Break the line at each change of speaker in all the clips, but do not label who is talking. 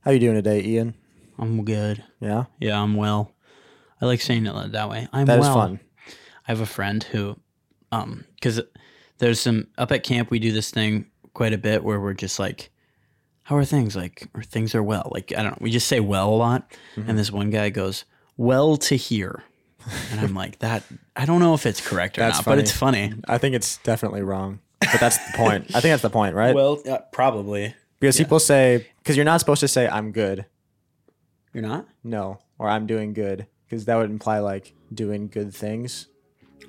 How you doing today, Ian?
I'm good.
Yeah,
Yeah, I'm well. I like saying it that way. I'm
that is
well.
fun.
I have a friend who, um, because there's some up at camp we do this thing quite a bit where we're just like, how are things like, or things are well. Like I don't know, we just say well a lot, and this one guy goes well to hear, and I'm like that. I don't know if it's correct or
That's
not, but it's funny.
I think it's definitely wrong, but that's the point. I think that's the point, right?
Well, uh, probably
because people say because you're not supposed to say I'm good,
you're not.
no, or I'm doing good, because that would imply like doing good things.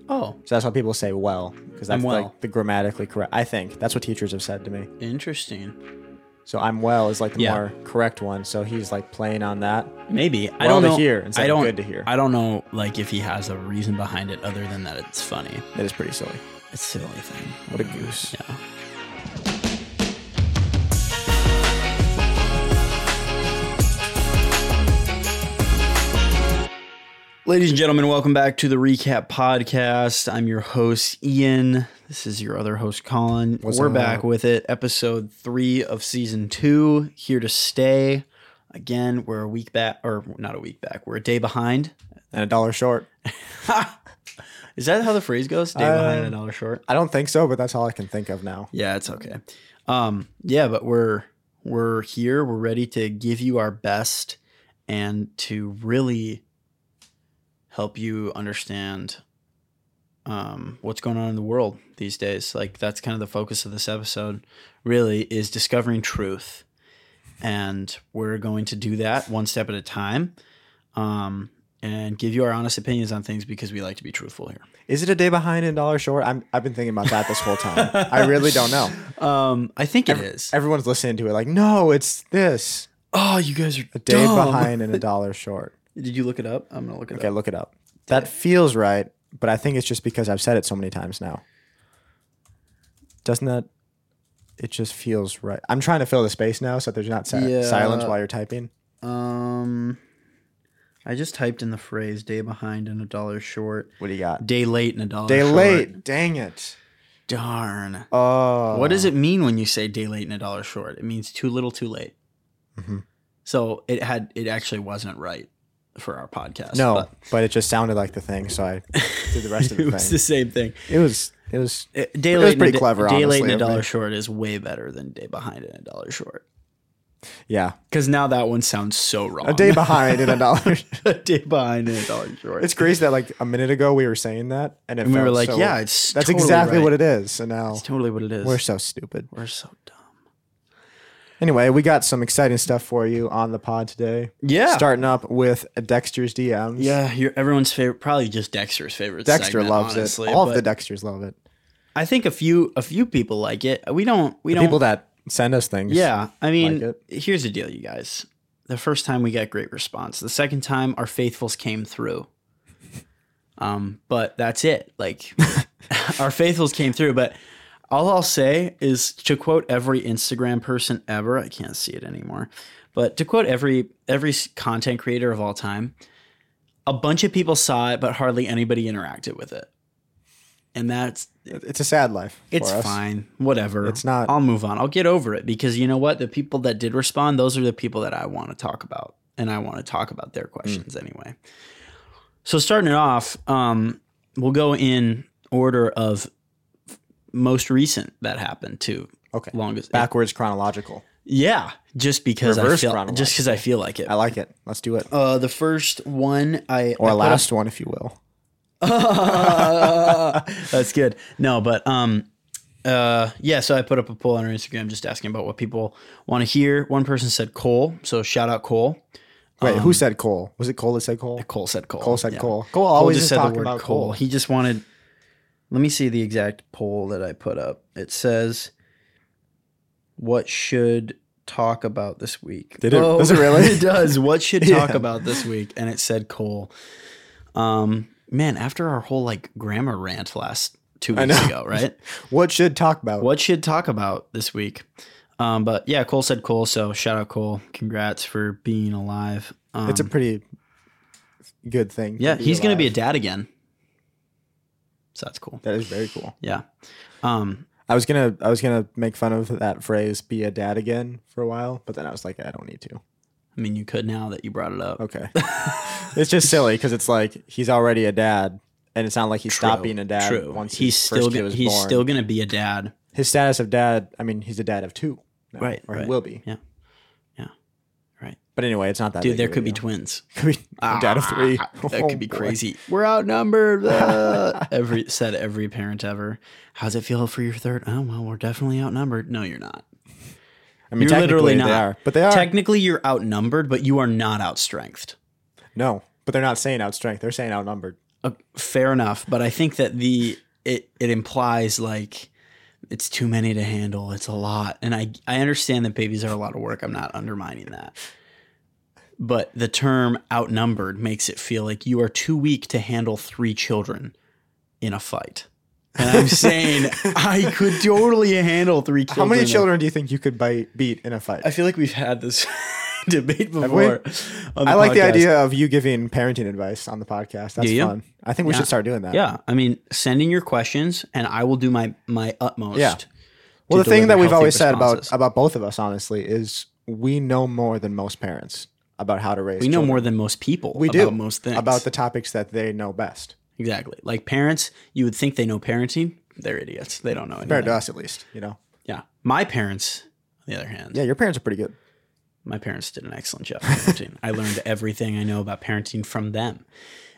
Oh,
So that's why people say well, because that's
I'm well.
like the grammatically correct. I think that's what teachers have said to me.
interesting.
So I'm well is like the
Yeah.
more correct one. So he's like playing on that.
Maybe I
Well
don't
to
know.
hear instead
I
of
don't.
good to hear.
I don't know. Like if he has a reason behind it other than that it's funny.
It is pretty silly.
It's silly thing.
What a goose.
Yeah. Ladies and gentlemen, welcome back to the Recap Podcast. I'm your host, Ian. This is your other host, Colin.
What's
We're
up?
back with it, episode three of season two, here to stay. Again, we're a week back, or not a week back, we're a day behind.
And a dollar short.
Is that how the phrase goes? Day behind and a
Um,
dollar short?
I don't think so, but that's all I can think of now.
Yeah, it's okay. Um, yeah, but we're we're here. We're ready to give you our best and to really help you understand um, what's going on in the world these days. Like that's kind of the focus of this episode. Really is discovering truth, and we're going to do that one step at a time, um, and give you our honest opinions on things because we like to be truthful here.
Is it a day behind and a dollar short? I'm, I've been thinking about that this whole time. I really don't know.
Um, I think it is.
Everyone's listening to it like, no, it's this.
Oh, you guys are
A day
dumb.
behind and a dollar short.
Did you look it up? I'm gonna look it
Okay,
up.
look it up. That feels right, but I think it's just because I've said it so many times now. Doesn't that? It just feels right. I'm trying to fill the space now so that there's not si-
Yeah.
silence while you're typing.
Um, I just typed in the phrase "day behind and a dollar short,"
What do you got?
"day late and a dollar
Day
short."
late. Dang it.
Darn.
Oh.
what does it mean when you say "day late and a dollar short"? It means too little, too late.
Mhm.
So it had it actually wasn't right for our podcast.
No,
but
but, it just sounded like the thing, so I did the rest of the
it
thing.
was the same thing.
it was. It was.
Uh, Day
It was
late, and a
pretty
da-
clever,
Day late
honestly,
and a
of me.
dollar short is way better than day behind and a dollar short.
Yeah,
Because now that one sounds so wrong.
a day behind and a dollar.
a day behind and a dollar short.
Oh. It's crazy that like a minute ago we were saying that, and, it
and we were
felt
like,
so-
yeah, it's
that's
totally
exactly
right.
what it is. And now
It's totally what it is.
we're so stupid.
We're so dumb.
Anyway, we got some exciting stuff for you on the pod today.
Yeah.
Starting up with Dexter's DMs.
yeah, you everyone's favorite, probably just Dexter's favorite.
Dexter
segment,
loves
honestly,
it. All of the
but
Dexters love it.
I think a few, a few people like it. We don't, we
The
don't.
people that send us things.
yeah, I mean,
like
here's the deal, you guys. The first time we got great response. The second time, our faithfuls came through. Um, but that's it. Like, our faithfuls came through. But all I'll say is to quote every Instagram person ever. I can't see it anymore. But to quote every every s- content creator of all time, a bunch of people saw it, but hardly anybody interacted with it. And that's
It's a sad life. for
it's
us.
fine. Whatever.
It's not-
I'll move on. I'll get over it because you know what? The people that did respond, those are the people that I want to talk about. And I want to talk about their questions
Mm.
anyway. So, starting it off, um, we'll go in order of most recent that happened to
Okay.
longest.
Backwards chronological.
Yeah. Just because I
Reverse
feel,
chronological.
just because I feel like it.
I like it. Let's do it.
Uh, the first one I I
Or
put
last one, if you will.
That's good. No, but um uh yeah, so I put up a poll on our Instagram just asking about what people want to hear. One person said Cole, so shout out Cole.
Wait, who said Cole? Was it Cole that said Cole?
Um, Cole said Cole.
Cole said
Yeah.
Cole. Cole always
just
is
said the
talking
word
about
Cole.
Cole.
He just wanted Let me see the exact poll that I put up. It says what should talk about this week? Oh,
Did it- does it really?
it does. What should talk
Yeah.
about this week? And it said Cole. Um man, after our whole like grammar rant last two
I
weeks
know.
ago, right?
What should talk about?
what should talk about this week. Um, but yeah, Cole said Cole, so shout out Cole. Congrats for being alive. Um,
It's a pretty good thing. to
yeah,
be
he's gonna be a
alive.
dad again, so that's cool.
That is very cool.
Yeah, um,
I was gonna I was gonna make fun of that phrase "be a dad again" for a while, but then I was like, I don't need to.
I mean, you could now that you brought it up.
Okay. it's just silly because it's like he's already a dad, and it's not like he stopped
True,
being a dad
True.
once
he's
his
still
first kid
gonna,
was
he's
born.
still gonna be a dad.
his status of dad. I mean, he's a dad of two, now,
Right,
Or
right.
he will be.
Yeah. Yeah. Right.
But anyway, it's not that.
Dude,
big
there
of a
could be
deal.
twins.
Could be a dad of three.
Ah, that
Oh,
could be
boy.
crazy. We're outnumbered. uh, every said every parent ever. How's it feel for your third? Oh well, we're definitely outnumbered. No, you're not.
I mean,
You're
technically
literally
They
not.
are, but they are.
Technically, you're outnumbered, but you are not outstrengthed.
no, but they're not saying outstrength. They're saying outnumbered.
Uh, fair enough, but I think that the it it implies like it's too many to handle. It's a lot, and I I understand that babies are a lot of work. I'm not undermining that, but the term outnumbered makes it feel like you are too weak to handle three children in a fight. And I'm saying I could totally handle three.
How
Children
many
in a
children do you think you could bite, beat in a fight?
I feel like we've had this debate
Have we?
before. on
I like the
podcast.
idea of you giving parenting advice on the podcast. That's
Do you?
fun. I think we
Yeah.
should start doing that.
Uh, Yeah, I mean, send in your questions, and I will do my my utmost.
Yeah.
to
Well, the thing
deliver
that we've
healthy
always said about
responses.
about both of us, honestly, is we know more than most parents about how to raise.
we know
children,
more than most people.
We
about
do.
most things
about the topics that they know best,
exactly like parents. You would think they know parenting. They're idiots. They don't know
compared
anything.
to us, at least. You know,
Yeah, my parents, on the other hand,
yeah, your parents are pretty good.
my parents did an excellent job of parenting. I learned everything I know about parenting from them,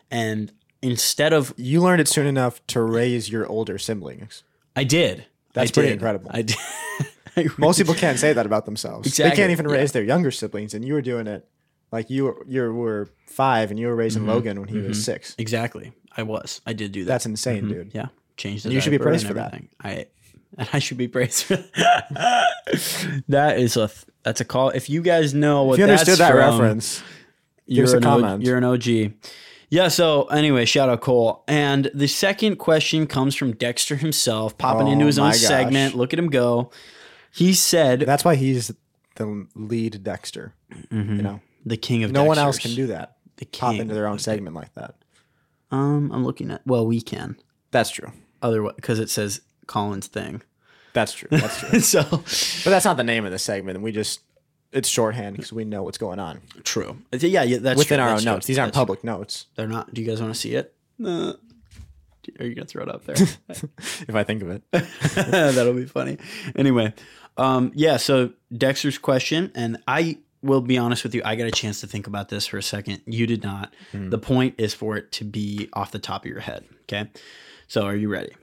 and instead of
You learned it soon enough to raise your older siblings.
I did.
That's
I
pretty
did.
incredible.
I did. I
Most people can't say that about themselves. They can't
Exactly,
even raise their younger siblings, and you were doing it like you were, you were five, and you were
Mm-hmm.
raising Logan when he was six.
Exactly. I was. I did do that.
That's insane, dude.
Mm-hmm. yeah. Changed the
And you should be
diaper
praised
and
for that.
everything. I and I should be praised for that. that is a th- that's a call. If you guys know what
If you understood
that's
that
from,
reference,
you're
us a
an O-
comment.
you're an OG. Yeah, so anyway, shout out Cole. And the second question comes from Dexter himself, popping
Oh
into his
my
own
gosh.
segment. Look at him go. He said
that's why he's the lead Dexter.
Mhm.
You know,
the king of
no one else
Dexters.
can do that.
the king.
Pop into their own segment like that.
Um, I'm looking at well, we can.
That's true.
Otherwise, because it says Colin's thing.
That's true. That's true.
so
but that's not the name of the segment. We just it's shorthand because we know what's going on
True. I thi- Yeah, yeah that's
within
true,
our
that's
own
true,
notes. These aren't
that's true.
public notes.
They're not. Do you guys want to see it? Uh, are you gonna throw it up there?
If I think of it,
That'll be funny. Anyway, um, yeah. So Dexter's question, and I will be honest with you. I got a chance to think about this for a second. You did not. The point is for it to be off the top of your head. Okay. So are you ready?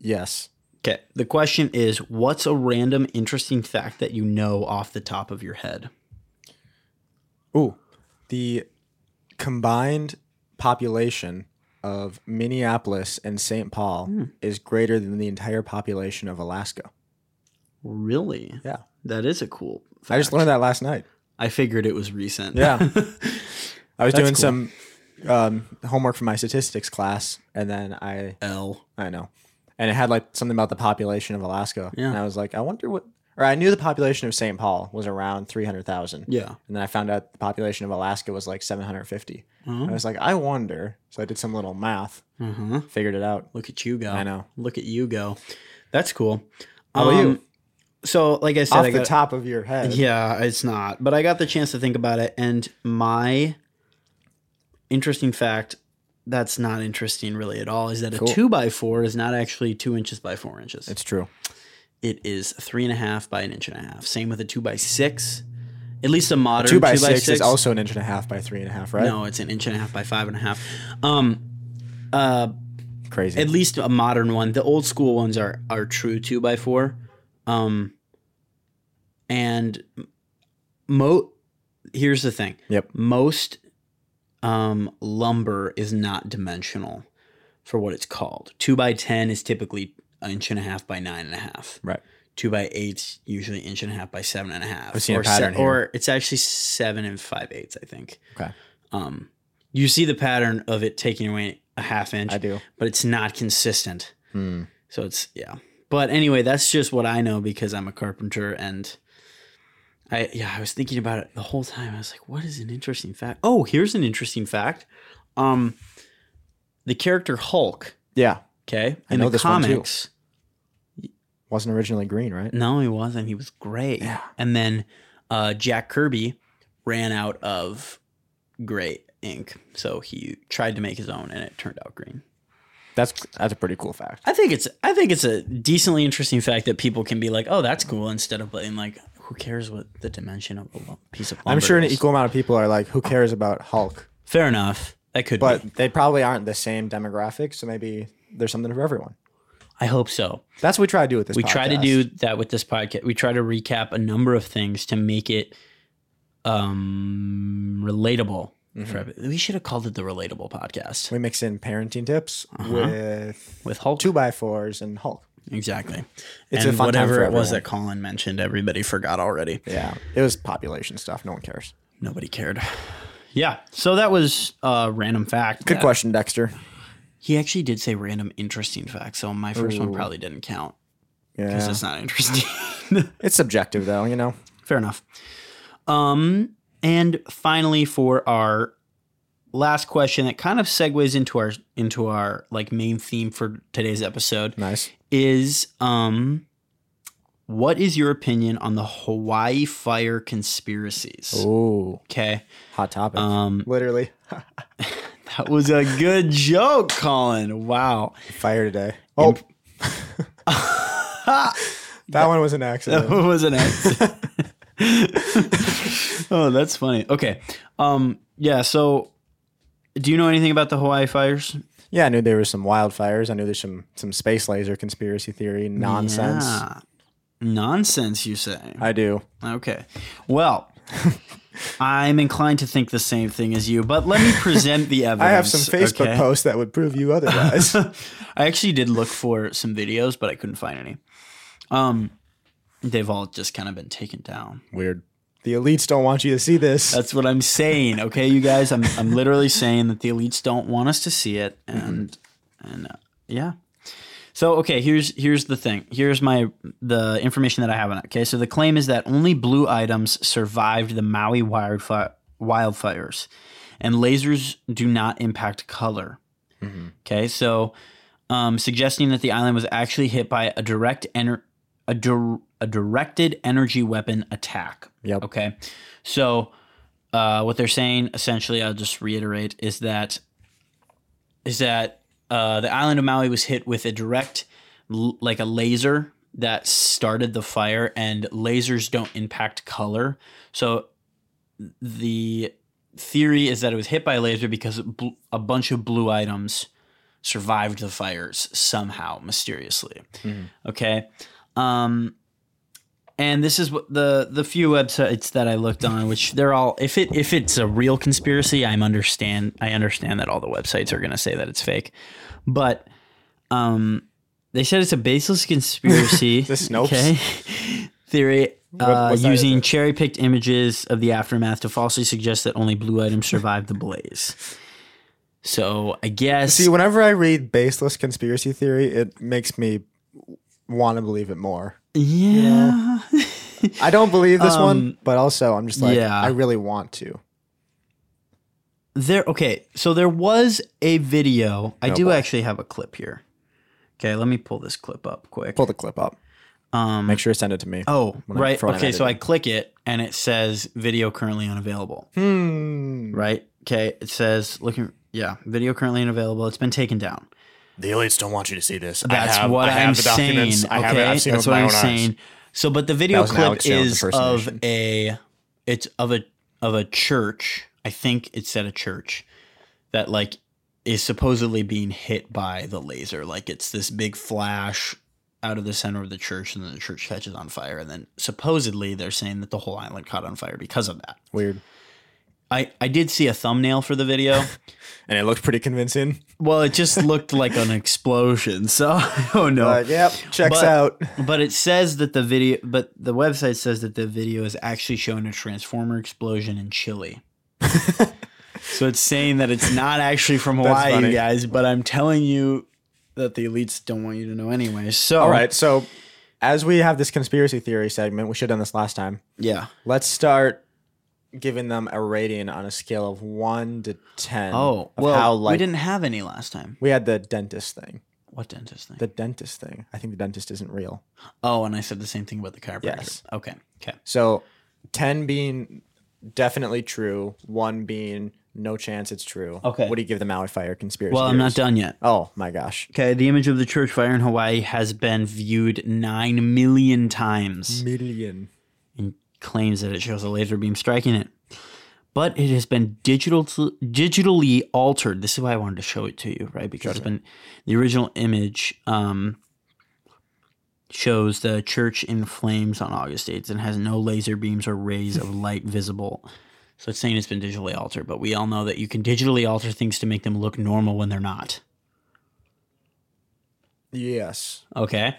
yes.
Okay. The question is, what's a random interesting fact that you know off the top of your head?
Ooh, the combined population of Minneapolis and St. Paul
Hmm.
is greater than the entire population of Alaska.
Really?
Yeah,
That is a cool. Fact.
I just learned that last night.
I figured it was recent.
Yeah. I was
That's
doing
cool.
some um, homework for my statistics class, and then I
L.
I know, and it had like something about the population of Alaska,
Yeah.
and I was like, I wonder what, or I knew the population of St. Paul was around three hundred thousand,
Yeah.
and then I found out the population of Alaska was like seven hundred fifty.
Hmm.
I was like, I wonder. So I did some little math,
Uh-huh.
figured it out.
Look at you go.
I know.
Look at you go. That's cool. Um,
How about you?
So, like I said,
Off
I
the
got-
top of your head,
yeah, it's not. But I got the chance to think about it, and my interesting fact that's not interesting really at all is that
Cool.
a two by four is not actually two inches by four inches.
it's true.
it is three and a half by an inch and a half. Same with a two by six. At least a modern
Two by, six, is also an inch and a half by three and a half, right?
no, it's an inch and a half by five and a half. Um, uh,
Crazy.
at least a modern one. The old school ones are are true two by four, um, and mo. Here's the thing:
yep.
most um, lumber is not dimensional for what it's called. Two by ten is typically an inch and a half by nine and a half.
Right.
Two by eight's usually inch and a half by seven and a half.
I've seen a
or
pattern here.
or it's actually seven and five eighths, I think.
Okay.
Um, you see the pattern of it taking away a half inch
I do.
but it's not consistent.
Hmm.
So it's yeah. But anyway, that's just what I know because I'm a carpenter and I yeah, I was thinking about it the whole time. I was like, what is an interesting fact? Oh, here's an interesting fact. Um the character Hulk,
Yeah.
okay,
I know
the
this one too.
comics.
Wasn't originally green, right?
No, he wasn't. He was gray.
Yeah.
And then uh Jack Kirby ran out of gray ink, so he tried to make his own, and it turned out green.
That's that's a pretty cool fact.
I think it's I think it's a decently interesting fact that people can be like, oh, that's cool, instead of being like, who cares what the dimension of a lu- piece of lumber
I'm sure an
is.
equal amount of people are like, who cares about Hulk?
Fair enough. That could be.
But they probably aren't the same demographic, so maybe there's something for everyone.
I hope so.
That's what we try to do with this.
We try to
podcast.
do that with this podcast. We try to recap a number of things to make it um relatable
Mm-hmm.
for every- We should have called it the relatable podcast
We mix in parenting tips
Uh-huh.
with
with Hulk.
two by fours and Hulk.
Exactly.
It's
and
a fun time
whatever
for
it was
everyone.
that Colin mentioned, everybody forgot already.
Yeah, it was population stuff. No one cares.
Nobody cared. Yeah. So that was a random fact.
Good
that-
question, Dexter.
He actually did say random interesting facts, so my first one
Ooh.
probably didn't count because
Yeah,
it's not interesting.
it's subjective though. You know,
Fair enough. Um, and finally, for our last question, that kind of segues into our into our like main theme for today's episode
nice.
is um, what is your opinion on the Hawaii fire conspiracies?
Ooh,
Okay,
hot topic.
um,
Literally
that was a good joke, Colin. Wow,
fire today. Oh, that one was an
that
accident.
was an accident. oh, that's funny. Okay, um, yeah. So, do you know anything about the Hawaii fires?
Yeah, I knew there was some wildfires. I knew there's some some space laser conspiracy theory nonsense.
Yeah. Nonsense, you say?
I do.
Okay. Well, I'm inclined to think the same thing as you, but let me present the evidence.
I have some Facebook
okay?
posts that would prove you otherwise.
I actually did look for some videos, but I couldn't find any. Um, they've all just kind of been taken down.
Weird. The elites don't want you to see this.
That's what I'm saying. Okay, you guys, I'm I'm literally saying that the elites don't want us to see it, and and uh, yeah. So okay, here's here's the thing. Here's my the information that I have on it. Okay, so the claim is that only blue items survived the Maui wildfire, wildfires, and lasers do not impact color.
Mm-hmm.
Okay, so um, suggesting that the island was actually hit by a direct ener- a, dir- a directed energy weapon attack.
Yep.
Okay, so uh, what they're saying essentially, I'll just reiterate, is that is that uh, the island of Maui was hit with a direct, l- like a laser that started the fire, and lasers don't impact color. So the theory is that it was hit by a laser because bl- a bunch of blue items survived the fires somehow mysteriously.
Mhm.
Okay. Um, and this is what the the few websites that I looked on, which they're all if it if it's a real conspiracy, I'm understand I understand that all the websites are gonna say that it's fake, but um, they said it's a baseless conspiracy.
The Snopes?
theory uh,
website is
using
it?
cherry picked images of the aftermath to falsely suggest that only blue items survived the blaze. So I guess
See, whenever I read baseless conspiracy theory, it makes me want to believe it more.
yeah.
I don't believe this
Um,
one, but also I'm just like,
yeah.
I really want to.
There okay, so there was a video. I
Oh,
do
boy.
actually have a clip here. Okay, let me pull this clip up quick.
Pull the clip up.
um
Make sure to send it to me.
Oh,
when I-
right.
for when I
Okay, so I
edit
click it and it says video currently unavailable.
Hmm.
Right? Okay, it says looking yeah, video currently unavailable. It's been taken down.
The elites don't want you to see this.
That's
I have,
what
I
am
have the
saying.
documents.
Okay,
I have it. I've seen it with
that's what
my
I'm
own
saying.
eyes.
So, but the video
was an
clip
Alex Jones
is of
impersonation.
a it's of a of a church. I think it's at a church that like is supposedly being hit by the laser. Like it's this big flash out of the center of the church, and then the church catches on fire. And then supposedly they're saying that the whole island caught on fire because of that.
Weird.
I I did see a thumbnail for the video.
And it looked pretty convincing.
well, it just looked like an explosion. So I don't know.
But yep, checks
But-
out.
But it says that the video, but the website says that the video is actually showing a transformer explosion in Chile. so it's saying that it's not actually from Hawaii, you
funny.
guys. But I'm telling you that the elites don't want you to know anyway. So
All right, so as we have this conspiracy theory segment, we should have done this last time.
yeah.
Let's start giving them a rating on a scale of one to ten.
Oh
of
well,
how
we
like we,
didn't have any last time.
had the dentist thing.
What dentist thing?
The dentist thing. I think the dentist isn't real.
oh, and I said the same thing about the chiropractor.
Yes.
Okay. Okay.
So ten being definitely true. One being no chance it's true.
Okay.
What do you give the Maui fire conspiracy?
Well, I'm not
theories?
done yet.
Oh my gosh.
Okay, the image of the church fire in Hawaii has been viewed 9 million times
Million.
and claims that it shows a laser beam striking it. But it has been digital digitally altered. This is why I wanted to show it to you, right? Because it's been the original image um, shows the church in flames on August 8th and has no laser beams or rays of light visible. So it's saying it's been digitally altered, but we all know that you can digitally alter things to make them look normal when they're not.
Yes.
Okay.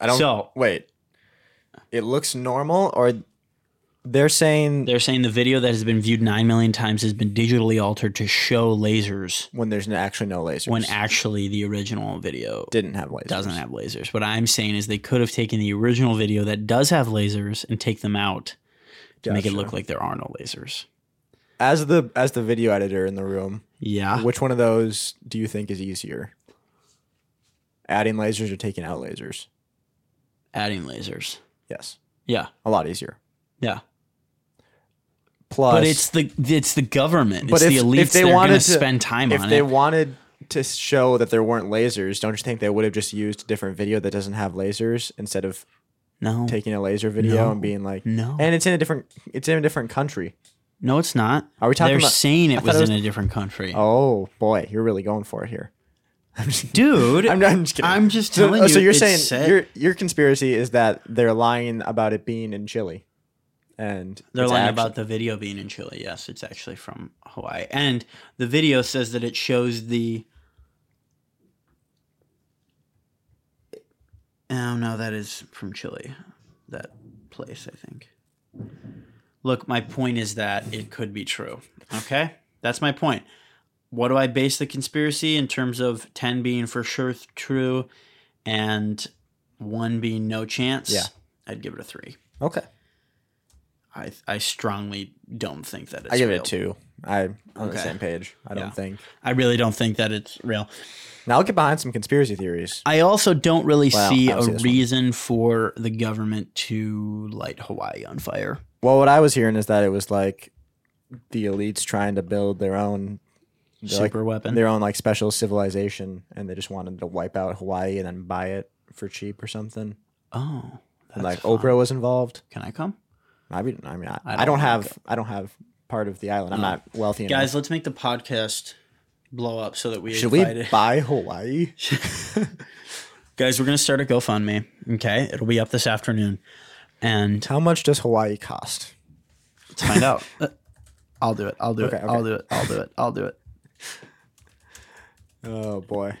I don't.
So-
wait. It looks normal, or they're saying
They're saying the video that has been viewed 9 million times has been digitally altered to show lasers
when there's n- actually no lasers.
when actually the original video
didn't have lasers.
doesn't have lasers. What I'm saying is they could have taken the original video that does have lasers and take them out to make it
Gotcha.
look like there are no lasers.
As the as the video editor in the room,
Yeah.
which one of those do you think is easier? Adding lasers or taking out lasers?
Adding lasers.
Yes,
Yeah.
a lot easier.
Yeah.
Plus,
But it's the it's the government.
But
It's the
if-
elites
if they
that are
wanted
gonna
to-
spend time
if
on
they
it.
wanted to show that there weren't lasers, don't you think they would have just used a different video that doesn't have lasers instead of
No.
taking a laser video
No.
and being like,
No.
And it's in a different it's in a different country.
No, it's not.
Are we talking
They're
about-
saying
I
it
thought
was,
it was-
in a different country.
Oh boy, you're really going for it here. I'm just,
Dude,
I'm, I'm just kidding.
I'm just
so,
telling
oh,
you.
So you're
it's
saying
set-
your your conspiracy is that they're lying about it being in Chile, and
They're
it's
lying
actu-
about the video being in Chile. Yes, it's actually from Hawaii. And the video says that it shows the. Oh, no, that is from Chile. That place, I think. Look, my point is that it could be true. Okay? That's my point. What do I base the conspiracy in terms of 10 being for sure true and 1 being no chance?
Yeah.
I'd give it a 3.
Okay,
I I strongly don't think that it's
I give
real.
it a two. I I'm on the
Okay.
same page. I don't
Yeah.
think.
I really don't think that it's real.
Now I'll get behind some conspiracy theories.
I also don't really
Wow,
see
I
a
don't see this one.
reason for the government to light Hawaii on fire.
Well, what I was hearing is that it was like the elites trying to build their own they're like-
Super weapon.
their own like special civilization, and they just wanted to wipe out Hawaii and then buy it for cheap or something.
Oh,
And
that's
like
fun.
Oprah was involved.
Can I come,
I mean, I mean, I, I
I
don't,
don't
have, I don't have part of the island. I'm
No.
not wealthy enough.
guys? Let's make the podcast blow up so that we
Should
invite
we
it.
buy Hawaii?
guys. We're gonna start a GoFundMe. Okay, it'll be up this afternoon, and
How much does Hawaii cost?
let's find out. Uh, I'll do it. I'll do
Okay,
it.
okay.
I'll do it. I'll do it. I'll do it.
Oh boy,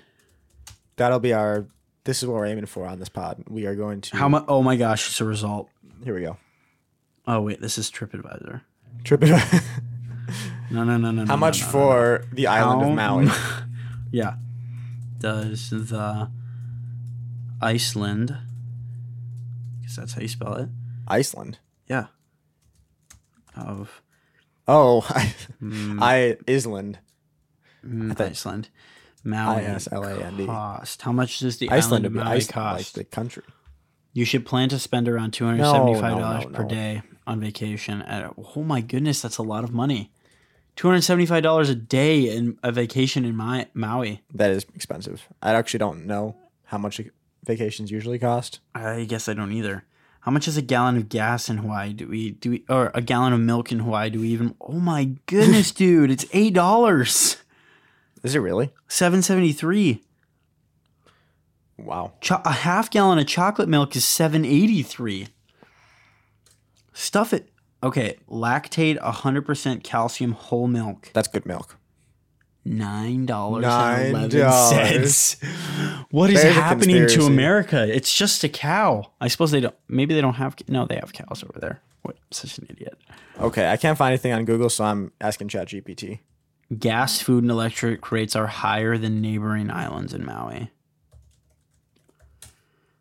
that'll be our. This is what we're aiming for on this pod. We are going to.
How much? Oh my gosh, it's a result.
Here we go.
Oh wait, this is TripAdvisor.
Trip.
No, no, no, no.
How much for the island of Maui?
yeah. Does the Iceland? Because that's how you spell it.
Iceland.
Yeah. Of
Oh, I,
mm,
I Island.
mm,
thought-
Iceland, Maui
ISLAND.
cost. How much does the
Iceland
island of
would be
Maui
Iceland, like
cost?
the country.
You should plan to spend around two hundred seventy-five dollars
No, no, no,
per
no.
day on vacation. At oh my goodness, that's a lot of money. Two hundred seventy-five dollars a day in a vacation in my Maui.
That is expensive. I actually don't know how much vacations usually cost.
I guess I don't either. How much is a gallon of gas in Hawaii? Do we do we or a gallon of milk in Hawaii? Do we even? Oh my goodness, dude! It's eight dollars,
Is it really?
seven seventy three.
Wow.
Cho- a half gallon of chocolate milk is seven eighty three. Stuff it. Okay, lactate hundred percent calcium whole milk
That's good milk.
nine dollars
Nine
eleven cents. What is
There's a
happening to
conspiracy.
America? It's just a cow. I suppose they don't. Maybe they don't have. No, they have cows over there. What? Such an idiot.
Okay, I can't find anything on Google, so I'm asking ChatGPT.
gas, food, and electric rates are higher than neighboring islands in Maui.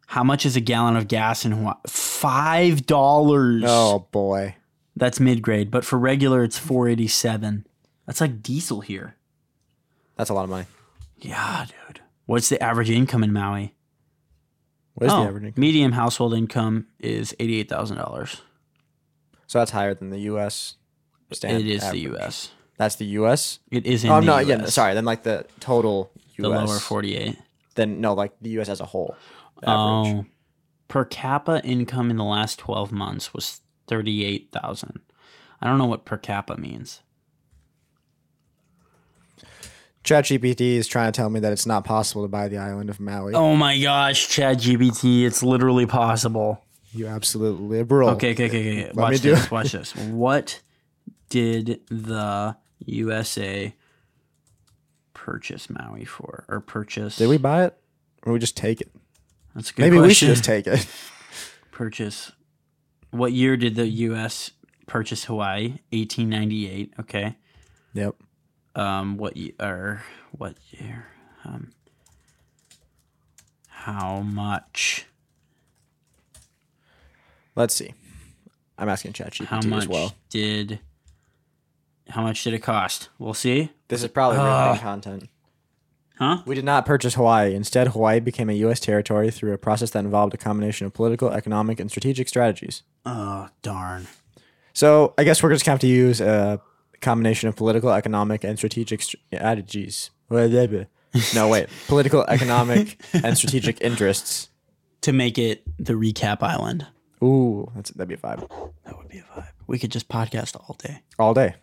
How much is a gallon of gas in Hawaii? Five dollars.
Oh boy.
That's mid grade, but for regular it's four eighty seven. That's like diesel here.
That's a lot of money.
Yeah, dude. What's the average income in Maui?
What is
oh,
the average income?
medium household income is eighty eight thousand dollars.
So that's higher than the U.S. standard.
it is
average.
the U.S.
That's the U.S.
It is in
Oh, I'm
the
not.
U.S.
Yeah, sorry. Then like the total U.S.
the lower 48.
Then no, like the U.S. as a whole. the Average.
Oh, per capita income in the last 12 months was 38,000. I don't know what per capita means.
ChatGPT is trying to tell me that it's not possible to buy the island of Maui.
Oh my gosh, Chad GBT, it's literally possible.
You absolute liberal.
Okay, okay, okay, okay.
Let me
Watch
do
this.
it.
Watch this. What did the USA purchase Maui for? Or purchase?
Did we buy it, or we just take it?
That's a good
Maybe
question.
we should just take it.
purchase. What year did the U.S. purchase Hawaii? 1898. Okay.
Yep.
Um. What year? Or what year? Um. How much?
Let's see. I'm asking ChatGPT
How much
as well.
did? How much did it cost? We'll see.
This is probably real
Ah.
time content.
Huh?
We did not purchase Hawaii. Instead, Hawaii became a U.S. territory through a process that involved a combination of political, economic, and strategic strategies.
Oh darn.
So I guess we're just going to have to use a combination of political, economic, and strategic str- strategies. No, wait. Political, economic, and strategic interests.
To make it the recap island.
Ooh, that's, that'd be a vibe.
That would be a vibe. We could just podcast all day.
All day.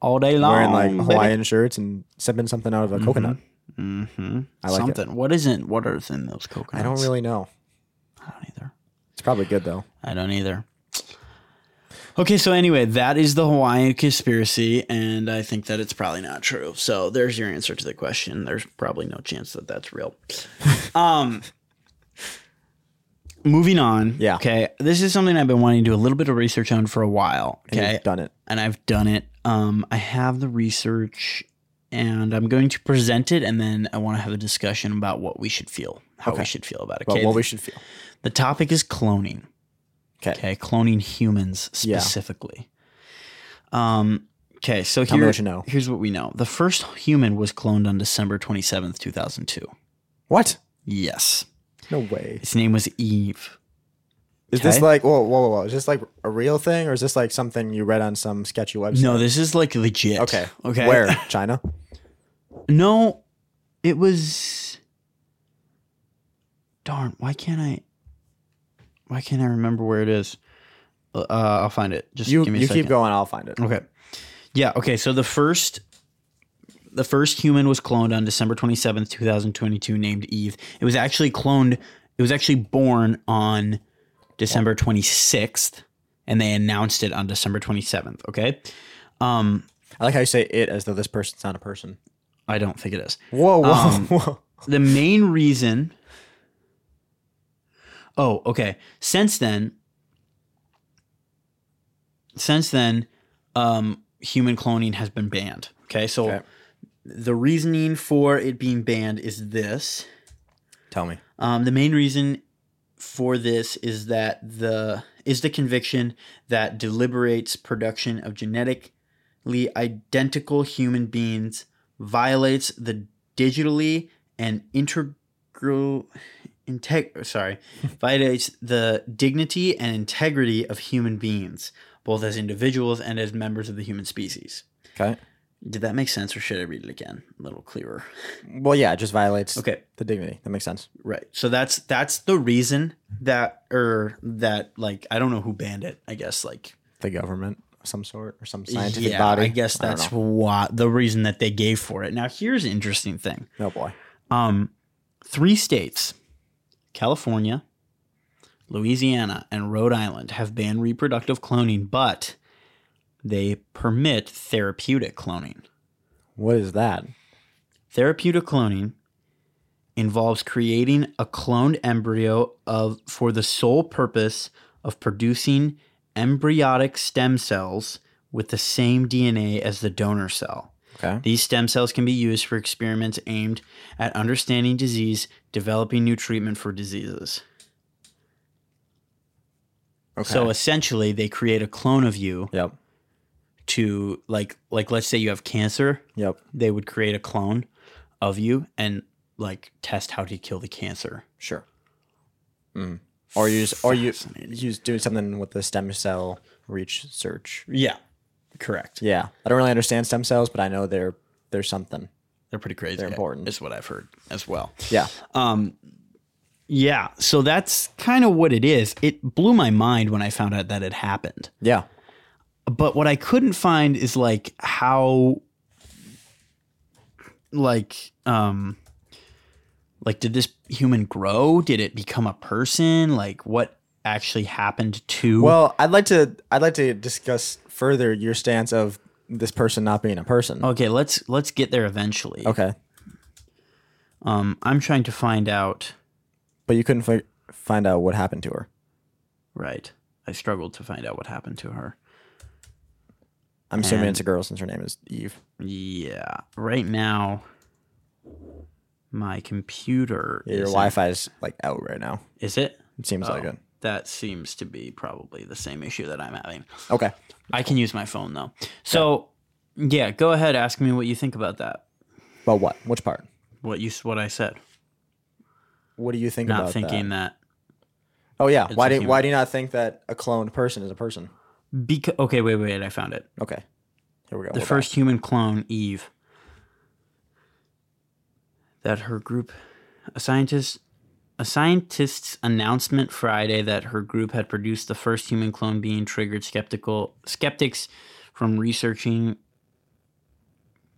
All day long.
Wearing like
baby.
Hawaiian shirts and sipping something out of a coconut.
Mm-hmm.
I like it.
Something. What isn't? What are in those coconuts?
I don't really know.
I don't either.
It's probably good though.
I don't either. Okay, so anyway, that is the Hawaiian conspiracy, and I think that it's probably not true. So there's your answer to the question. There's probably no chance that that's real. Um, moving on.
Yeah.
Okay, this is something I've been wanting to do a little bit of research on for a while.
And
Okay,
You've done it.
and I've done it. Um, I have the research, and I'm going to present it, and then I want to have a discussion about what we should feel, how we
Okay.
should feel about it.
Well,
Okay,
what we should feel.
the topic is cloning.
Okay.
Okay, cloning humans
Yeah.
specifically. Um. Okay, so
Tell me
here-
what you know.
here's what we know: the first human was cloned on December twenty seventh, two thousand two.
What?
Yes,
No way.
its name was Eve.
Is
Okay.
this like whoa, whoa, whoa, whoa? Is this like a real thing, or is this like something you read on some sketchy website?
No, this is like legit.
Okay.
Okay.
Where China?
No, it was. Darn! Why can't I? Why can't I remember where it is? Uh, I'll find it. Just
You
give me a
you
second. Mm.
keep going. I'll find it.
Okay. Yeah, okay. So the first the first human was cloned on December 27th, 2022 named Eve. It was actually cloned it was actually born on December 26th and they announced it on December 27th, okay? Um
I like how you say it as though this person's not a person.
I don't think it is.
Whoa, whoa,
Um,
whoa.
The main reason Oh, okay. Since then since then um human cloning has been banned. Okay? So
Okay.
the reasoning for it being banned is this.
Tell me.
Um, the main reason for this is that the is the conviction that deliberates production of genetically identical human beings violates the digitally and integral integ- sorry violates the dignity and integrity of human beings both as individuals and as members of the human species
Okay.
did that make sense or should i read it again a little clearer
Well, yeah, it just violates
okay
the dignity. That makes sense.
Right. So that's that's the reason that or that like I don't know who banned it. I guess like
The government of some sort or some scientific
yeah,
body.
I guess
don't
that's
know.
what the reason that they gave for it. Now here's an interesting thing.
oh boy.
Um, three states, California, Louisiana, and Rhode Island have banned reproductive cloning, but they permit therapeutic cloning.
What is that?
Therapeutic cloning involves creating a cloned embryo of for the sole purpose of producing embryonic stem cells with the same DNA as the donor cell.
Okay.
These stem cells can be used for experiments aimed at understanding disease, developing new treatment for diseases.
Okay.
So essentially they create a clone of you
yep.
to like like let's say you have cancer,
Yep.
they would create a clone of you and like test how to kill the cancer.
Sure. Mm. Or use or you
Fascinating.
use doing something with the stem cell research.
Yeah, correct.
Yeah, I don't really understand stem cells, but I know they're they're something.
They're pretty crazy.
They're important.
Is what I've heard as well.
Yeah,
Um, yeah, so that's kind of what it is. It blew my mind when I found out that it happened.
yeah,
But what I couldn't find is like how, like, um, like did this human grow? Did it become a person? Like, what actually happened to?
Well, I'd like to I'd like to discuss further your stance of this person not being a person.
okay, let's let's get there eventually.
Okay,
Um, I'm trying to find out.
but you couldn't fi- find out what happened to her.
Right, I struggled to find out what happened to her.
I'm assuming
And-
it's a girl since her name is Eve.
Yeah. Right now, my computer.
Yeah, your
isn't-
Wi-Fi is like out right now.
Is it?
It seems like
Oh,
it.
That seems to be probably the same issue that I'm having.
Okay.
I can use my phone though. So, yeah, go ahead. Ask me what you think about that.
But what? Which part?
What you s- what I said.
What do you think
Not
about
thinking
that?
that.
Oh yeah.
it's
Why
a
do
human.
Why do you not think that a cloned person is a person?
Because okay, wait, wait. I found it.
Okay. Here we go.
the
We're back.
first human clone, Eve, that her group, a scientist, a scientist's announcement Friday that her group had produced the first human clone being triggered skeptical skeptics from researching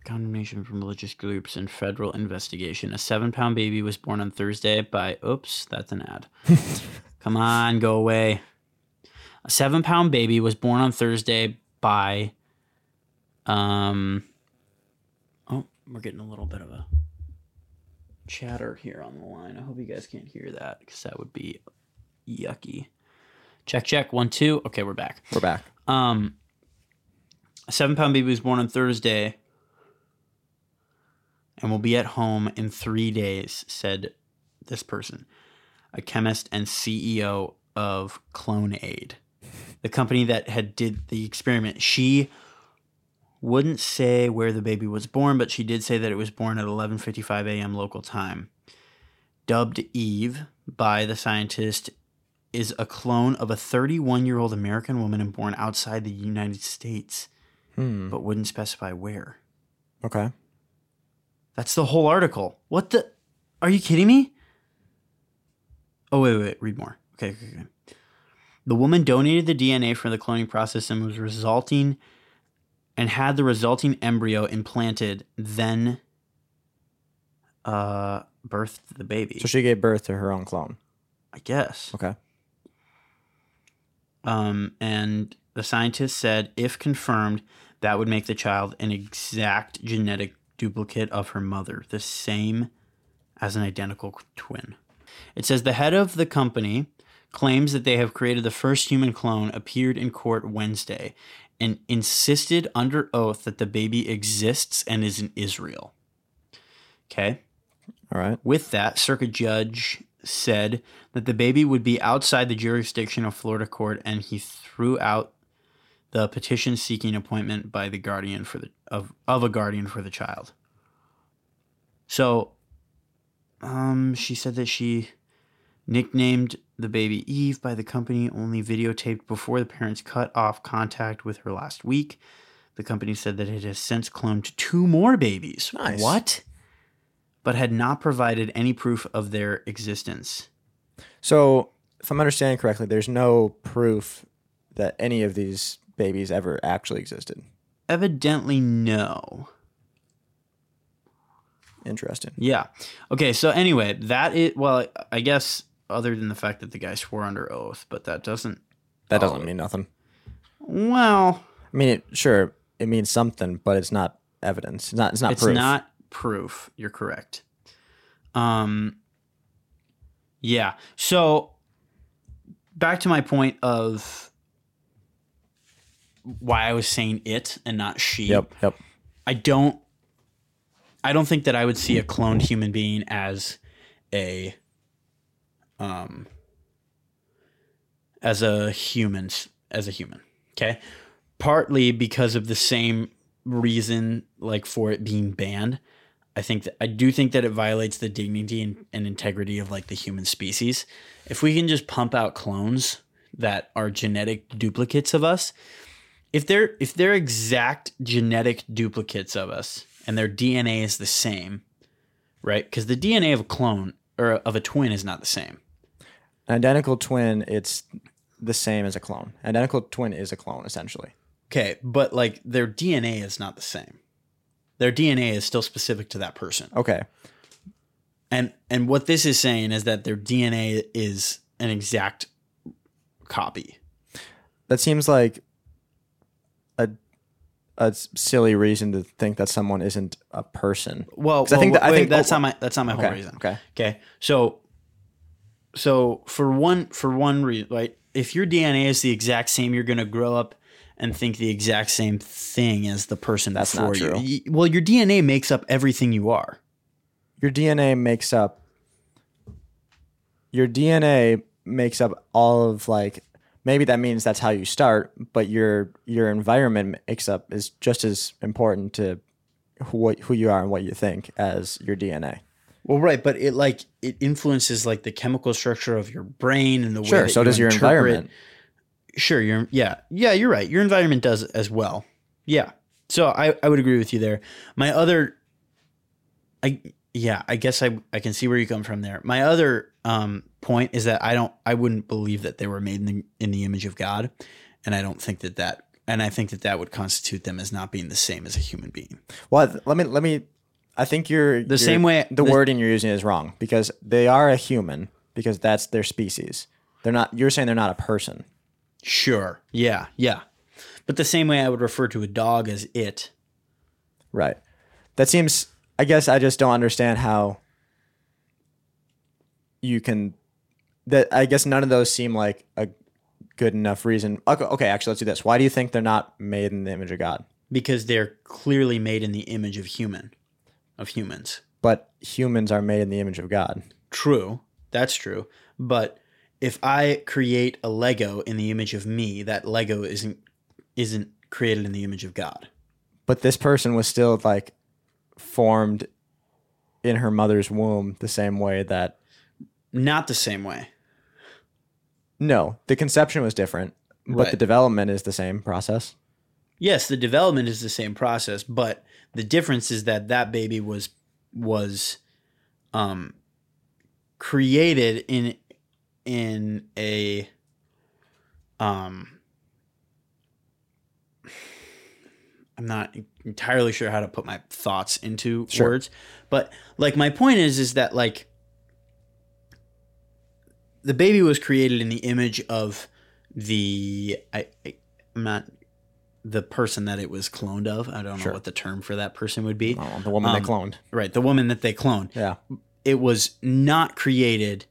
condemnation from religious groups and federal investigation. A seven-pound baby was born on Thursday by. Oops, that's an ad. Come on, go away. A seven-pound baby was born on Thursday by. Um. Oh, we're getting a little bit of a chatter here on the line. I hope you guys can't hear that because that would be yucky. Check, check. One, two. Okay, we're back.
We're back.
Um, a seven pound baby was born on Thursday and will be at home in three days, said this person, a chemist and CEO of Clone Aid, the company that had did the experiment. She wouldn't say where the baby was born, but she did say that it was born at 11:55 a.m. local time. Dubbed Eve by the scientist is a clone of a 31 year old American woman and born outside the United States,
Hmm.
but wouldn't specify where.
Okay.
That's the whole article. What the? Are you kidding me? Oh, wait, wait, wait. read more. Okay, okay, okay. The woman donated the DNA for the cloning process and was resulting and had the resulting embryo implanted, then uh, birthed the baby.
So she gave birth to her own clone.
I guess.
Okay.
Um, and the scientist said, if confirmed, that would make the child an exact genetic duplicate of her mother, the same as an identical twin. It says the head of the company claims that they have created the first human clone, appeared in court Wednesday, and insisted under oath that the baby exists and is in Israel. Okay.
All right.
With that, circuit judge said that the baby would be outside the jurisdiction of Florida court, and he threw out the petition seeking appointment by the guardian for the of, of a guardian for the child. So, um, she said that she nicknamed the baby Eve by the company, only videotaped before the parents cut off contact with her last week. The company said that it has since cloned two more babies.
Nice.
What? But had not provided any proof of their existence.
So, if I'm understanding correctly, there's no proof that any of these babies ever actually existed.
Evidently, no.
Interesting.
Yeah. Okay. So anyway, that is well, I guess other than the fact that the guy swore under oath, but that doesn't.
That doesn't mean nothing.
Well,
I mean, it, sure, it means something, but it's not evidence. It's not. It's not
it's
proof.
not proof. You're correct. Um. Yeah. So back to my point of why I was saying it and not she.
Yep. Yep.
I don't I don't think that I would see a cloned human being as a um as a human as a human. Okay? Partly because of the same reason like for it being banned. I think that I do think that it violates the dignity and, and integrity of like the human species. If we can just pump out clones, that are genetic duplicates of us, if they're if they're exact genetic duplicates of us and their DNA is the same, right? Because the DNA of a clone or of a twin is not the same.
Identical twin, it's the same as a clone. Identical twin is a clone, essentially.
Okay, but like their DNA is not the same. Their DNA is still specific to that person.
Okay.
And and what this is saying is that their DNA is an exact copy.
That seems like a a s- silly reason to think that someone isn't a person.
Well,
'Cause I think
well,
that- I
wait,
think-
that's
oh,
not my that's not my
Okay.
whole reason.
Okay.
Okay. So so for one for one reason, right? If your DNA is the exact same, you're going to grow up and think the exact same thing as the person
That's
before
not
you.
true.
Y- Well, your DNA makes up everything you are.
Your DNA makes up your DNA makes up all of like maybe that means that's how you start, but your your environment makes up is just as important to who, what, who you are and what you think as your DNA.
Well, right, but it like it influences like the chemical structure of your brain and the way
Sure.
that
So
you
does your
interpret-
environment.
Sure, your yeah. Yeah, you're right. Your environment does as well. Yeah. So I, I would agree with you there. My other I yeah, I guess I I can see where you come from there. My other um point is that I don't I wouldn't believe that they were made in the, in the image of God and I don't think that that and I think that that would constitute them as not being the same as a human being.
Well, th- let me let me. I think you're
The same way-
The
the-
wording you're using is wrong because they are a human because that's their species. They're not. You're saying they're not a person.
Sure. Yeah, yeah. But the same way I would refer to a dog as it
Right. That seems. I guess I just don't understand how you can. That I guess none of those seem like a good enough reason. Okay, okay, actually, let's do this. Why do you think they're not made in the image of God?
because they're clearly made in the image of human of humans
But humans are made in the image of God.
true that's true but if i create a lego in the image of me that lego isn't isn't created in the image of god
But this person was still like formed in her mother's womb the same way that
not the same way
No, the conception was different, but the
Right.
development is the same process.
yes the development is the same process but the difference is that that baby was was um created in in a um I'm not entirely sure how to put my thoughts into
Sure.
words but like my point is is that like the baby was created in the image of the I, I I'm not the person that it was cloned of. I don't
Sure.
know what the term for that person would be.
Oh, the woman
Um,
they cloned.
Right, the woman that they cloned.
Yeah.
It was not created